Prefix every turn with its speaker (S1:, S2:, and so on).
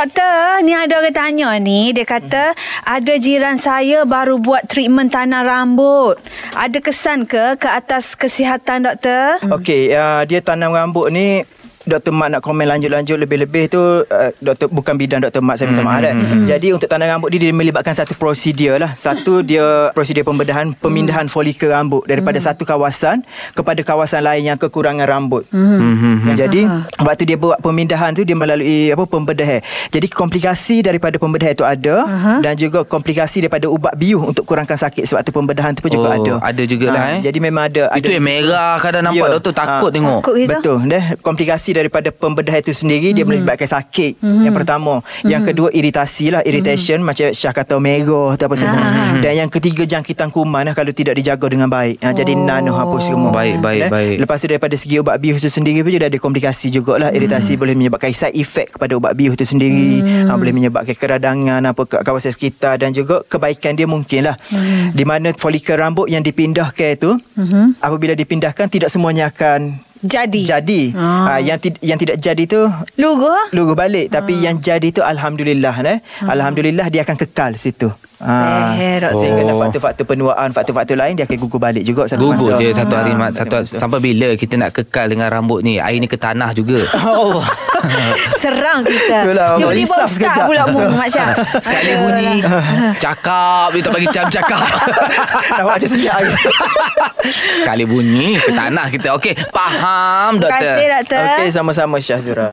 S1: Doktor, ni ada orang tanya ni. Dia kata, ada jiran saya baru buat treatment tanah rambut. Ada kesan ke ke atas kesihatan doktor?
S2: Okey, uh, dia tanam rambut ni Dr. Mat nak komen lanjut-lanjut lebih-lebih tu uh, Dr. bukan bidang Dr. Mat saya minta
S3: Hmm,
S2: maaf dah. Jadi untuk tanam rambut ni dia melibatkan satu prosedur lah. Satu dia prosedur pembedahan pemindahan folikel rambut daripada
S3: Hmm.
S2: satu kawasan kepada kawasan lain yang kekurangan rambut.
S3: Hmm.
S2: Jadi waktu dia buat pemindahan tu dia melalui apa pembedahan. Jadi komplikasi daripada pembedahan itu ada dan juga komplikasi daripada ubat biuh untuk kurangkan sakit sebab tu pembedahan tu pun juga
S3: Oh,
S2: ada. Ah, Ha,
S3: ada jugalah, eh.
S2: Jadi memang ada
S3: Itu yang merah kadang nampak
S2: Ya.
S3: doktor
S2: Ah.
S3: takut tengok.
S1: Takut Mhm. kita.
S2: Betul deh komplikasi daripada pembedahan itu sendiri mm-hmm. dia melibatkan sakit
S1: Mhm.
S2: mm-hmm. yang pertama mm-hmm. yang kedua iritasi lah irritation mm-hmm. macam Syah kata merah atau apa semua
S1: Ah.
S2: dan yang ketiga jangkitan kuman lah kalau tidak dijaga dengan baik ha, jadi
S1: Oh.
S2: nano hapus semua
S3: Baik, baik,
S2: Dah.
S3: baik.
S2: lepas tu daripada segi ubat bius itu sendiri pun dia ada komplikasi jugalah
S1: Hmm.
S2: iritasi boleh menyebabkan side effect kepada ubat bius itu sendiri
S1: Hmm.
S2: mm. ha, boleh menyebabkan keradangan apa ke kawasan sekitar dan juga kebaikan dia mungkin lah
S1: Hmm.
S2: mm. di mana folikel rambut yang dipindahkan itu
S1: Mhm.
S2: mm-hmm. apabila dipindahkan tidak semuanya akan
S1: Jadi.
S2: jadi.
S1: Ah.
S2: Ah. yang ti- yang tidak jadi tu
S1: Lugu?
S2: lugu balik tapi yang jadi tu alhamdulillah eh. Alhamdulillah dia akan kekal situ. Ha.
S1: Eh, doktor.
S2: Sehingga
S3: Oh.
S2: faktor-faktor penuaan, faktor-faktor lain dia akan gugur balik juga satu
S3: Gugur
S2: masa. Ah.
S3: je satu hari mat satu sampai bila kita nak kekal dengan rambut ni? Air ni ke tanah juga.
S2: Oh.
S1: Serang kita.
S2: Itulah, abang
S1: Tiba-tiba
S2: risau
S1: ustaz
S2: sekejap.
S1: pula mu, Mak Syah.
S3: Sekali
S1: Aduh.
S3: bunyi Cakap Dia tak bagi jam cakap
S2: Nampak macam sedia.
S3: Sekali bunyi Ke tanah kita Okey
S1: Terima
S3: Faham doktor
S1: kasih, doktor.
S2: eh. Okey, sama-sama Syahzura.